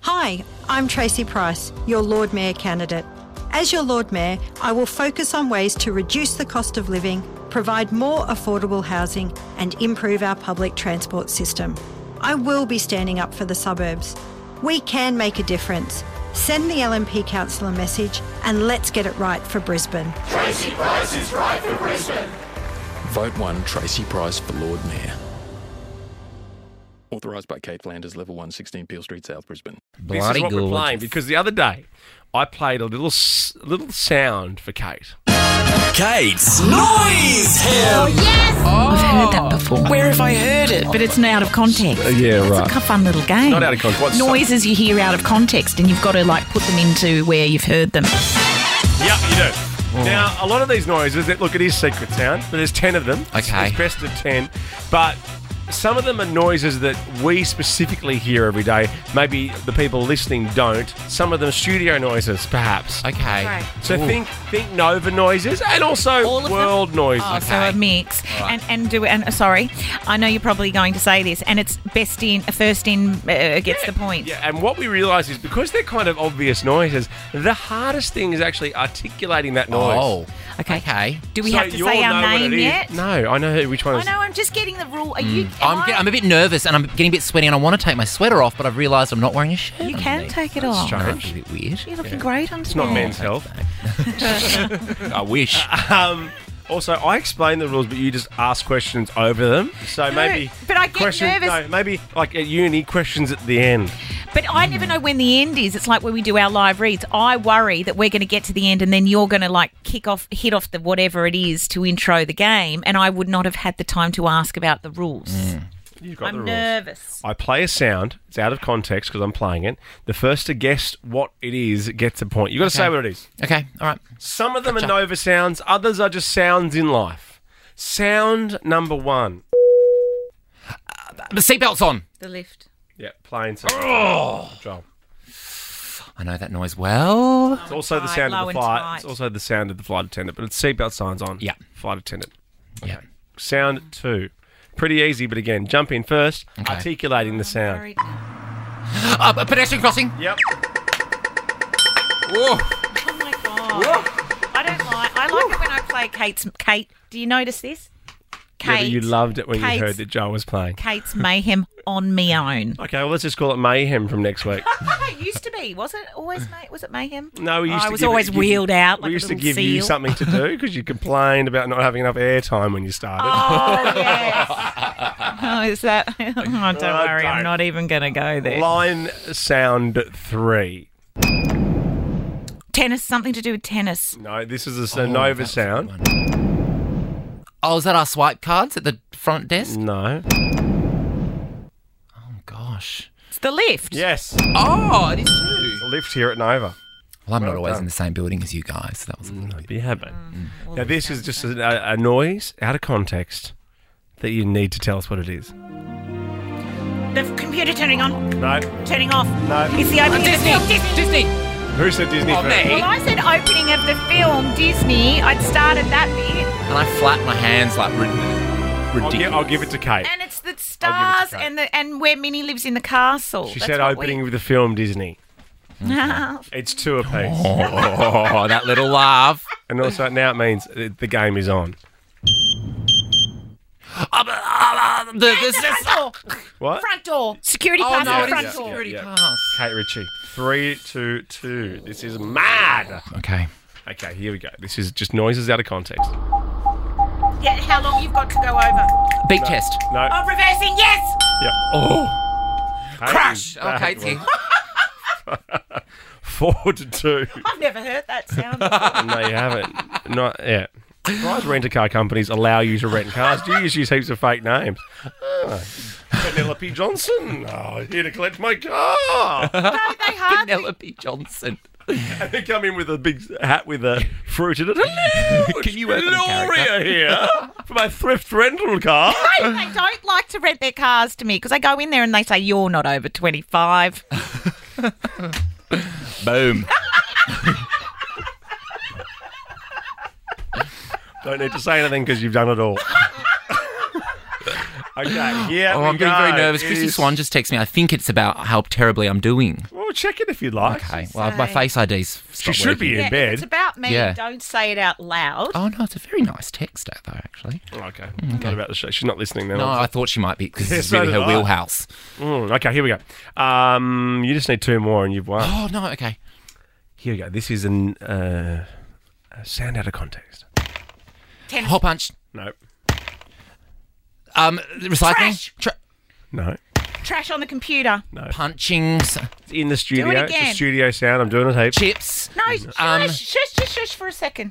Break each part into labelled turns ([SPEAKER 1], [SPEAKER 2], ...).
[SPEAKER 1] Hi, I'm Tracy Price, your Lord Mayor candidate. As your Lord Mayor, I will focus on ways to reduce the cost of living, provide more affordable housing, and improve our public transport system. I will be standing up for the suburbs. We can make a difference. Send the LNP council a message and let's get it right for Brisbane.
[SPEAKER 2] Tracy Price is right for Brisbane.
[SPEAKER 3] Vote 1 Tracy Price for Lord Mayor. Authorised by Kate Flanders, Level 1, 16 Peel Street, South Brisbane.
[SPEAKER 4] this
[SPEAKER 5] Bloody
[SPEAKER 4] is what
[SPEAKER 5] good.
[SPEAKER 4] we're playing because the other day I played a little s- little sound for Kate.
[SPEAKER 6] Kate's noise. Hell
[SPEAKER 7] I've heard that before.
[SPEAKER 6] Where have I heard it?
[SPEAKER 7] But it's an out of context.
[SPEAKER 4] Oh. Uh, yeah,
[SPEAKER 7] it's
[SPEAKER 4] right.
[SPEAKER 7] a fun little game.
[SPEAKER 4] Not out of context. What's-
[SPEAKER 7] Noises you hear out of context, and you've got to like put them into where you've heard them.
[SPEAKER 4] Yeah, you do.
[SPEAKER 5] Oh.
[SPEAKER 4] Now, a lot of these noises, that look, it is Secret Sound, but there's 10 of them. It's-
[SPEAKER 5] Okay.
[SPEAKER 4] It's best of 10. But some of them are noises that we specifically hear every day. Maybe the people listening don't. Some of them studio noises, perhaps.
[SPEAKER 5] Okay.
[SPEAKER 7] Right.
[SPEAKER 4] So think think Nova noises and also
[SPEAKER 7] All of them?
[SPEAKER 4] world noises.
[SPEAKER 7] Oh, so a mix. And and do and uh, sorry, I know you're probably going to say this, and it's best in first in uh, gets the point.
[SPEAKER 4] Yeah, and what we realise is because they're kind of obvious noises, the hardest thing is actually articulating that noise.
[SPEAKER 5] Oh.
[SPEAKER 7] Okay.
[SPEAKER 5] Okay.
[SPEAKER 7] Do we
[SPEAKER 4] So
[SPEAKER 7] have to
[SPEAKER 4] you'll
[SPEAKER 7] say our
[SPEAKER 4] know what
[SPEAKER 7] name
[SPEAKER 4] it is.
[SPEAKER 7] yet?
[SPEAKER 4] No, I know which one
[SPEAKER 7] I
[SPEAKER 4] is.
[SPEAKER 7] know. I'm just getting the rule. Are you? am
[SPEAKER 5] Mm. I'm, get,
[SPEAKER 7] I-
[SPEAKER 5] I'm a bit nervous and I'm getting a bit sweaty and I want to take my sweater off, but I've realised I'm not wearing a shirt.
[SPEAKER 7] You can take it off.
[SPEAKER 4] strange.
[SPEAKER 5] That's a bit weird.
[SPEAKER 7] You're looking great on
[SPEAKER 4] It's not men's health.
[SPEAKER 5] I wish.
[SPEAKER 4] Also, I explain the rules, but you just ask questions over them. So maybe,
[SPEAKER 7] but I get
[SPEAKER 4] questions,
[SPEAKER 7] nervous.
[SPEAKER 4] No, maybe like at uni, questions at the end.
[SPEAKER 7] But I never know when the end is. It's like when we do our live reads. I worry that we're going to get to the end and then you're going to like kick off, hit off the whatever it is to intro the game, and I would not have had the time to ask about the rules.
[SPEAKER 4] Mm. You've got the
[SPEAKER 7] I'm
[SPEAKER 4] rules.
[SPEAKER 7] nervous.
[SPEAKER 4] I play a sound. It's out of context because I'm playing it. The first to guess what it is gets a point. You got to say what it is.
[SPEAKER 5] okay. All right.
[SPEAKER 4] Some of them are Nova sounds. Others are just sounds in life. Sound number one.
[SPEAKER 5] The seatbelt's on.
[SPEAKER 7] The lift.
[SPEAKER 4] Yeah, plain sound. Oh.
[SPEAKER 5] I know that noise well.
[SPEAKER 4] It's also the
[SPEAKER 7] Tight,
[SPEAKER 4] sound of
[SPEAKER 7] low
[SPEAKER 4] the
[SPEAKER 7] and
[SPEAKER 4] flight.
[SPEAKER 7] tight.
[SPEAKER 4] It's also the sound of the flight attendant, but it's seatbelt signs on.
[SPEAKER 5] Yeah.
[SPEAKER 4] Flight attendant.
[SPEAKER 5] Yeah.
[SPEAKER 4] Sound two. Pretty easy, but again, jump in first, articulating the sound.
[SPEAKER 7] Sorry.
[SPEAKER 5] Uh, a pedestrian crossing.
[SPEAKER 4] Yep.
[SPEAKER 5] Whoa.
[SPEAKER 7] Oh my god. I don't like. I like it when I play Kate's. Kate, do you notice this?
[SPEAKER 4] Yeah, but
[SPEAKER 7] Kate,
[SPEAKER 4] you loved it when you
[SPEAKER 7] Kate's-
[SPEAKER 4] heard that Joel was playing.
[SPEAKER 7] Kate's mayhem on me own.
[SPEAKER 4] Okay, well, let's just call it mayhem from next week.
[SPEAKER 7] it used to be, was it always? May- was it mayhem?
[SPEAKER 4] No, we used
[SPEAKER 7] I
[SPEAKER 4] to
[SPEAKER 7] was
[SPEAKER 4] give
[SPEAKER 7] always
[SPEAKER 4] it- give-
[SPEAKER 7] wheeled out. Like
[SPEAKER 4] we used
[SPEAKER 7] a
[SPEAKER 4] to
[SPEAKER 7] little
[SPEAKER 4] give
[SPEAKER 7] seal.
[SPEAKER 4] you something to do because you complained about not having enough airtime when you started.
[SPEAKER 7] Oh, yes. oh, is that? Oh, don't
[SPEAKER 4] Oh,
[SPEAKER 7] worry.
[SPEAKER 4] don't.
[SPEAKER 7] I'm not even going to go there.
[SPEAKER 4] Line sound three.
[SPEAKER 7] tennis, something to do with tennis.
[SPEAKER 4] No, this is a s- Oh, a Nova sound.
[SPEAKER 5] Oh, is that our swipe cards at the front desk?
[SPEAKER 4] No.
[SPEAKER 5] Oh, gosh.
[SPEAKER 7] It's the lift.
[SPEAKER 4] Yes.
[SPEAKER 5] Oh, it is too.
[SPEAKER 4] Lift here at Nova.
[SPEAKER 5] Well, I'm not always in the same building as you guys. So that was a little bit.
[SPEAKER 4] Yeah, but now this is just a, a noise out of context that you need to tell us what it is.
[SPEAKER 7] The computer turning on,
[SPEAKER 4] No,
[SPEAKER 7] turning off.
[SPEAKER 4] No.
[SPEAKER 7] It's the opening of the film. Disney.
[SPEAKER 5] Disney.
[SPEAKER 4] who said Disney?
[SPEAKER 5] Oh,
[SPEAKER 4] first?
[SPEAKER 5] me.
[SPEAKER 7] Well, I said opening of the film Disney. I'd started that bit,
[SPEAKER 5] And I flap my hands like rid-
[SPEAKER 4] I'll,
[SPEAKER 5] ridiculous.
[SPEAKER 4] gi- I'll give it to Kate.
[SPEAKER 7] and it's the stars
[SPEAKER 4] go.
[SPEAKER 7] and the and where Minnie lives in the castle.
[SPEAKER 4] She
[SPEAKER 7] That's
[SPEAKER 4] said
[SPEAKER 7] what
[SPEAKER 4] opening with the film Disney.
[SPEAKER 7] We,
[SPEAKER 4] It's two apiece.
[SPEAKER 5] Oh, that little laugh.
[SPEAKER 4] And also now it means that the game is on.
[SPEAKER 5] Uh, uh, uh, the, the,
[SPEAKER 7] door,
[SPEAKER 4] What?
[SPEAKER 7] front door, security
[SPEAKER 5] Oh,
[SPEAKER 7] pass
[SPEAKER 5] no,
[SPEAKER 7] at
[SPEAKER 5] it is
[SPEAKER 7] the front
[SPEAKER 4] yeah,
[SPEAKER 7] door.
[SPEAKER 5] security
[SPEAKER 4] yeah.
[SPEAKER 5] pass.
[SPEAKER 4] Kate Ritchie. Three, two, two. This is mad.
[SPEAKER 5] Okay.
[SPEAKER 4] Okay, here we go. This is just noises out of context.
[SPEAKER 7] Yeah, how long you've got to go over?
[SPEAKER 5] Beat test.
[SPEAKER 4] No.
[SPEAKER 7] Oh, reversing. Yes.
[SPEAKER 4] Yeah. Oh.
[SPEAKER 5] Crash. Oh, Kate's here.
[SPEAKER 4] Four to two.
[SPEAKER 7] I've never heard that sound.
[SPEAKER 4] no, you haven't. Not yet. Why does rent a car companies allow you to rent cars? Do you just use heaps of fake names? Ah, Penelope Johnson. Oh, here to collect my car.
[SPEAKER 7] they hardly.
[SPEAKER 5] Penelope Johnson.
[SPEAKER 4] and they come in with a big hat with a fruit in it. Hello,
[SPEAKER 5] Can you work on a
[SPEAKER 4] Gloria here for my thrift rental car.
[SPEAKER 7] they don't like to rent their cars to me because I go in there and they say you're not over 25.
[SPEAKER 5] Boom.
[SPEAKER 4] Don't need to say anything because you've done it all. okay, yeah. Oh,
[SPEAKER 5] Oh, I'm getting very nervous. Christy Swan just texted me. I think it's about how terribly I'm doing.
[SPEAKER 4] Well, check it if you'd like.
[SPEAKER 5] Okay. Well, my face ID's.
[SPEAKER 4] She
[SPEAKER 5] stopped
[SPEAKER 4] should be
[SPEAKER 5] working.
[SPEAKER 4] in
[SPEAKER 7] Yeah, if
[SPEAKER 4] bed.
[SPEAKER 7] It's about me.
[SPEAKER 5] Yeah.
[SPEAKER 7] Don't say it out loud.
[SPEAKER 5] Oh no, it's a very nice text out though, actually.
[SPEAKER 4] Okay. Not about the show. She's not listening then.
[SPEAKER 5] Mm, No, I thought she might be because
[SPEAKER 4] Yeah,
[SPEAKER 5] this is
[SPEAKER 4] so
[SPEAKER 5] really her
[SPEAKER 4] did I.
[SPEAKER 5] wheelhouse.
[SPEAKER 4] Mm, okay, here we go. Um, you just need two more and you've won.
[SPEAKER 5] Oh no, okay.
[SPEAKER 4] Here we go. This is an, uh, a sound out of context.
[SPEAKER 5] Hot punch.
[SPEAKER 4] No.
[SPEAKER 5] Um, recycling.
[SPEAKER 7] Trash!
[SPEAKER 5] Tra-
[SPEAKER 4] No.
[SPEAKER 7] Trash on the computer.
[SPEAKER 5] punching. s-
[SPEAKER 4] It's in the studio. It's a
[SPEAKER 7] again.
[SPEAKER 4] studio sound. I'm doing it heaps.
[SPEAKER 5] Chips.
[SPEAKER 7] No, shush,
[SPEAKER 5] Um,
[SPEAKER 7] shush, shush, shush for a second.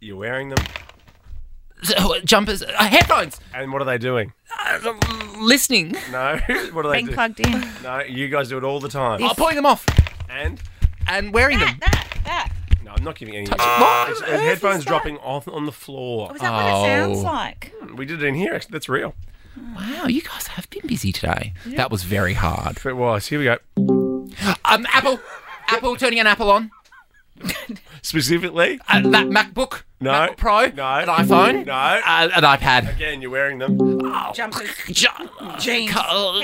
[SPEAKER 4] You're wearing them.
[SPEAKER 5] s- Jumpers. Uh, headphones.
[SPEAKER 4] And what are they doing?
[SPEAKER 5] Listening.
[SPEAKER 4] No. what are they
[SPEAKER 7] Being
[SPEAKER 4] doing?
[SPEAKER 7] plugged in.
[SPEAKER 4] No, you guys do it all the time.
[SPEAKER 5] Oh, pulling them off
[SPEAKER 4] And
[SPEAKER 5] and wearing
[SPEAKER 7] that,
[SPEAKER 5] them.
[SPEAKER 7] that, that.
[SPEAKER 4] no, I'm not giving any.
[SPEAKER 5] What
[SPEAKER 4] It's-
[SPEAKER 5] on
[SPEAKER 4] it's
[SPEAKER 5] earth
[SPEAKER 4] headphones
[SPEAKER 7] is that?
[SPEAKER 4] dropping off on the floor.
[SPEAKER 7] Was that what it sounds
[SPEAKER 5] Oh.
[SPEAKER 7] like?
[SPEAKER 4] We did it in here. Actually, that's real.
[SPEAKER 5] Wow, you guys have been busy today. That was very hard.
[SPEAKER 4] It was. Here we go.
[SPEAKER 5] Um, Apple. Apple turning an Apple on.
[SPEAKER 4] Specifically.
[SPEAKER 5] Uh, that MacBook.
[SPEAKER 4] No.
[SPEAKER 5] MacBook Pro.
[SPEAKER 4] No.
[SPEAKER 5] An iPhone.
[SPEAKER 4] No.
[SPEAKER 5] Uh, an iPad.
[SPEAKER 4] Again, you're wearing them.
[SPEAKER 7] Jumpers,
[SPEAKER 5] Ju-
[SPEAKER 7] jeans,
[SPEAKER 5] uh,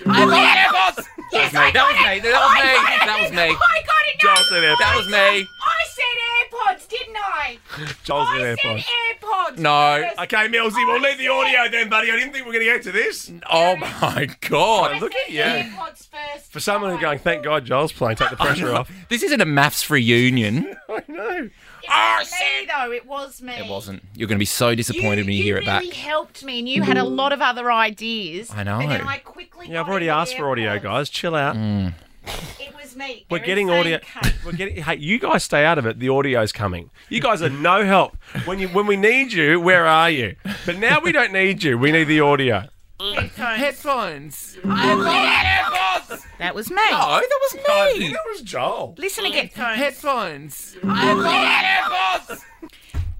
[SPEAKER 5] Headphones. Headphones. That was
[SPEAKER 7] Yes,
[SPEAKER 5] me.
[SPEAKER 7] I
[SPEAKER 5] That was
[SPEAKER 7] got
[SPEAKER 5] me.
[SPEAKER 7] it. I
[SPEAKER 5] That
[SPEAKER 7] got
[SPEAKER 5] was me. That
[SPEAKER 7] it.
[SPEAKER 5] was me.
[SPEAKER 7] I got it. No,
[SPEAKER 4] Joel's in AirPods.
[SPEAKER 5] That was me.
[SPEAKER 7] I said AirPods, didn't I?
[SPEAKER 4] Joel's in
[SPEAKER 7] I
[SPEAKER 4] AirPods.
[SPEAKER 7] said AirPods.
[SPEAKER 5] No.
[SPEAKER 7] first.
[SPEAKER 4] Okay, Millsy, we'll leave the audio then, buddy. I didn't think we were going to get to this.
[SPEAKER 5] Oh my
[SPEAKER 7] I
[SPEAKER 5] god.
[SPEAKER 4] Look at
[SPEAKER 7] said
[SPEAKER 4] you.
[SPEAKER 7] AirPods first.
[SPEAKER 4] For someone who's going, thank God Joel's playing, take the pressure off.
[SPEAKER 5] This isn't a maths reunion.
[SPEAKER 4] I know.
[SPEAKER 7] It was me though. It was me.
[SPEAKER 5] It wasn't. You're going to be so
[SPEAKER 7] You,
[SPEAKER 5] disappointed when you
[SPEAKER 7] you
[SPEAKER 5] hear it back.
[SPEAKER 7] really helped me, and you had a lot of other ideas.
[SPEAKER 5] I know.
[SPEAKER 7] And then I quickly.
[SPEAKER 4] Yeah, I've
[SPEAKER 7] got
[SPEAKER 4] already
[SPEAKER 7] into
[SPEAKER 4] asked for audio,
[SPEAKER 7] AirPods.
[SPEAKER 4] guys. Chill out.
[SPEAKER 7] It was me.
[SPEAKER 4] We're
[SPEAKER 7] They're
[SPEAKER 4] getting
[SPEAKER 7] insane
[SPEAKER 4] audio.
[SPEAKER 7] cunts.
[SPEAKER 4] We're getting. Hey, you guys stay out of it. The audio's coming. You guys are no help. When you when we need you, where are you? But now we don't need you. We need the audio.
[SPEAKER 5] Headphones.
[SPEAKER 7] That was me.
[SPEAKER 5] No, that was me.
[SPEAKER 4] That Oh, was Joel.
[SPEAKER 7] Listen again.
[SPEAKER 5] Headphones.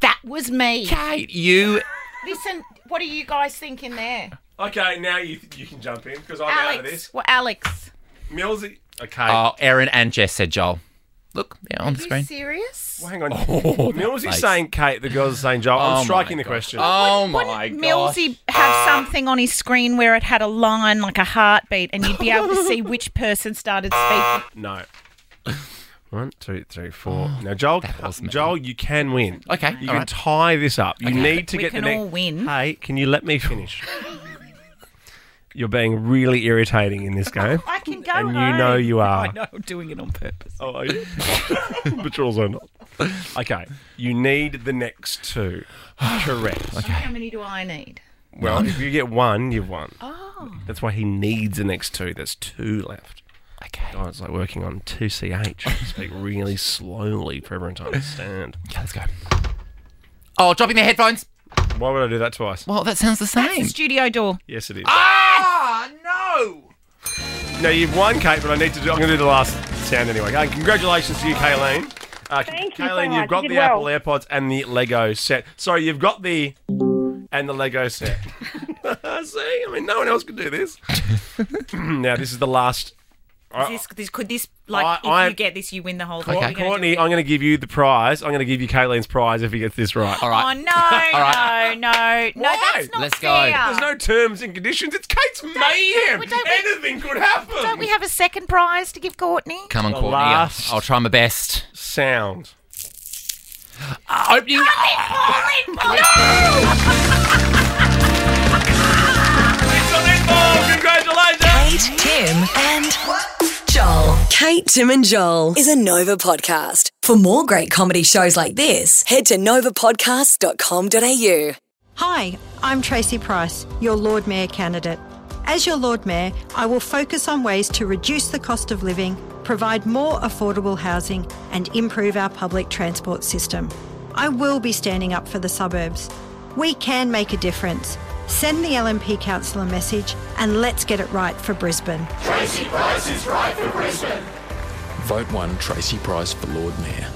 [SPEAKER 7] That was me.
[SPEAKER 5] Kate, you.
[SPEAKER 7] Listen, what are you guys thinking there?
[SPEAKER 4] Okay, now you you can jump in because I'm out of
[SPEAKER 7] Alex.
[SPEAKER 4] this.
[SPEAKER 7] Well, Alex.
[SPEAKER 4] Millsy. Okay.
[SPEAKER 5] Oh, Aaron and Jess said Joel. Look, they're on the
[SPEAKER 7] Are you
[SPEAKER 5] screen.
[SPEAKER 7] serious?
[SPEAKER 4] Hang on. Millsy's saying Kate. The girls are saying
[SPEAKER 5] Oh
[SPEAKER 4] Joel.
[SPEAKER 5] my
[SPEAKER 4] I'm striking the
[SPEAKER 5] God.
[SPEAKER 4] question.
[SPEAKER 5] Oh my
[SPEAKER 7] Wouldn't
[SPEAKER 5] god.
[SPEAKER 7] Millsy have something on his screen where it had a line like a heartbeat and you'd be able to see which person started speaking?
[SPEAKER 4] No. One, two, three, four. now, Joel,
[SPEAKER 5] was me.
[SPEAKER 4] Joel, you can win.
[SPEAKER 5] Okay,
[SPEAKER 4] you
[SPEAKER 5] all
[SPEAKER 4] can
[SPEAKER 5] right.
[SPEAKER 4] tie this up. You need to
[SPEAKER 7] We
[SPEAKER 4] get
[SPEAKER 7] can
[SPEAKER 4] the next.
[SPEAKER 7] all win.
[SPEAKER 4] Hey, can you let me finish? You're being really irritating in this game,
[SPEAKER 7] I can go
[SPEAKER 4] and you
[SPEAKER 7] home.
[SPEAKER 4] know you
[SPEAKER 8] I
[SPEAKER 4] are.
[SPEAKER 8] know, I'm doing it on purpose.
[SPEAKER 4] Oh, are you? but you're also not. Okay, you need the next two. Correct.
[SPEAKER 7] How many do I need?
[SPEAKER 4] Well, if you get one, you've won. Oh. That's why he needs the next two. There's two left.
[SPEAKER 5] Okay.
[SPEAKER 4] Oh, it's like working on 2CH. Speak really slowly for everyone to understand.
[SPEAKER 5] Okay, let's go. Oh, dropping their headphones.
[SPEAKER 4] Why would I do that twice?
[SPEAKER 5] Well, that sounds the
[SPEAKER 7] That's the
[SPEAKER 5] same.
[SPEAKER 7] studio door.
[SPEAKER 4] Yes, it is.
[SPEAKER 5] Ah, no.
[SPEAKER 4] Now, you've won, Kate, but I need to do, I'm going to do the last sound anyway. Okay, congratulations to you, Kayleen. Uh,
[SPEAKER 9] Thank you so
[SPEAKER 4] Kayleen,
[SPEAKER 9] much.
[SPEAKER 4] have got
[SPEAKER 9] You
[SPEAKER 4] the
[SPEAKER 9] did well.
[SPEAKER 4] Apple AirPods and the Lego set. Sorry, you've got the. And the Lego set. See, I mean, no one else can do this. now, this is the last.
[SPEAKER 7] This, this, could this, like,
[SPEAKER 4] Uh, I-
[SPEAKER 7] if
[SPEAKER 4] I'm-
[SPEAKER 7] you get this, you win the whole
[SPEAKER 5] Okay.
[SPEAKER 7] thing? What are we gonna do?
[SPEAKER 4] Courtney, I'm going to give you the prize. I'm going to give you Kayleen's prize if he gets this right.
[SPEAKER 5] All right.
[SPEAKER 7] Oh, no,
[SPEAKER 5] right.
[SPEAKER 7] no, no, no.
[SPEAKER 4] Why?
[SPEAKER 7] That's not
[SPEAKER 5] Let's go.
[SPEAKER 7] fair.
[SPEAKER 4] There's no terms and conditions. It's Kate's mayhem.
[SPEAKER 7] don't we-
[SPEAKER 4] Anything could happen.
[SPEAKER 7] Don't we have a second prize to give Courtney?
[SPEAKER 5] Come on,
[SPEAKER 4] The
[SPEAKER 5] Courtney.
[SPEAKER 4] last-
[SPEAKER 5] I'll try my best.
[SPEAKER 4] Sound.
[SPEAKER 5] Opening.
[SPEAKER 4] Congratulations.
[SPEAKER 10] Kate, Tim, and Joel. Kate, Tim, and Joel is a Nova podcast. For more great comedy shows like this, head to novapodcast.com.au.
[SPEAKER 1] Hi, I'm Tracy Price, your Lord Mayor candidate. As your Lord Mayor, I will focus on ways to reduce the cost of living, provide more affordable housing, and improve our public transport system. I will be standing up for the suburbs. We can make a difference. Send the LNP council a message and let's get it right for Brisbane.
[SPEAKER 2] Tracy Price is right for Brisbane.
[SPEAKER 3] Vote 1 Tracy Price for Lord Mayor.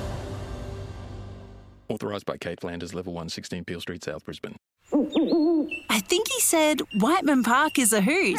[SPEAKER 3] Authorised by Kate Flanders, Level 116 Peel Street, South Brisbane.
[SPEAKER 11] I think he said Whiteman Park is a hoot.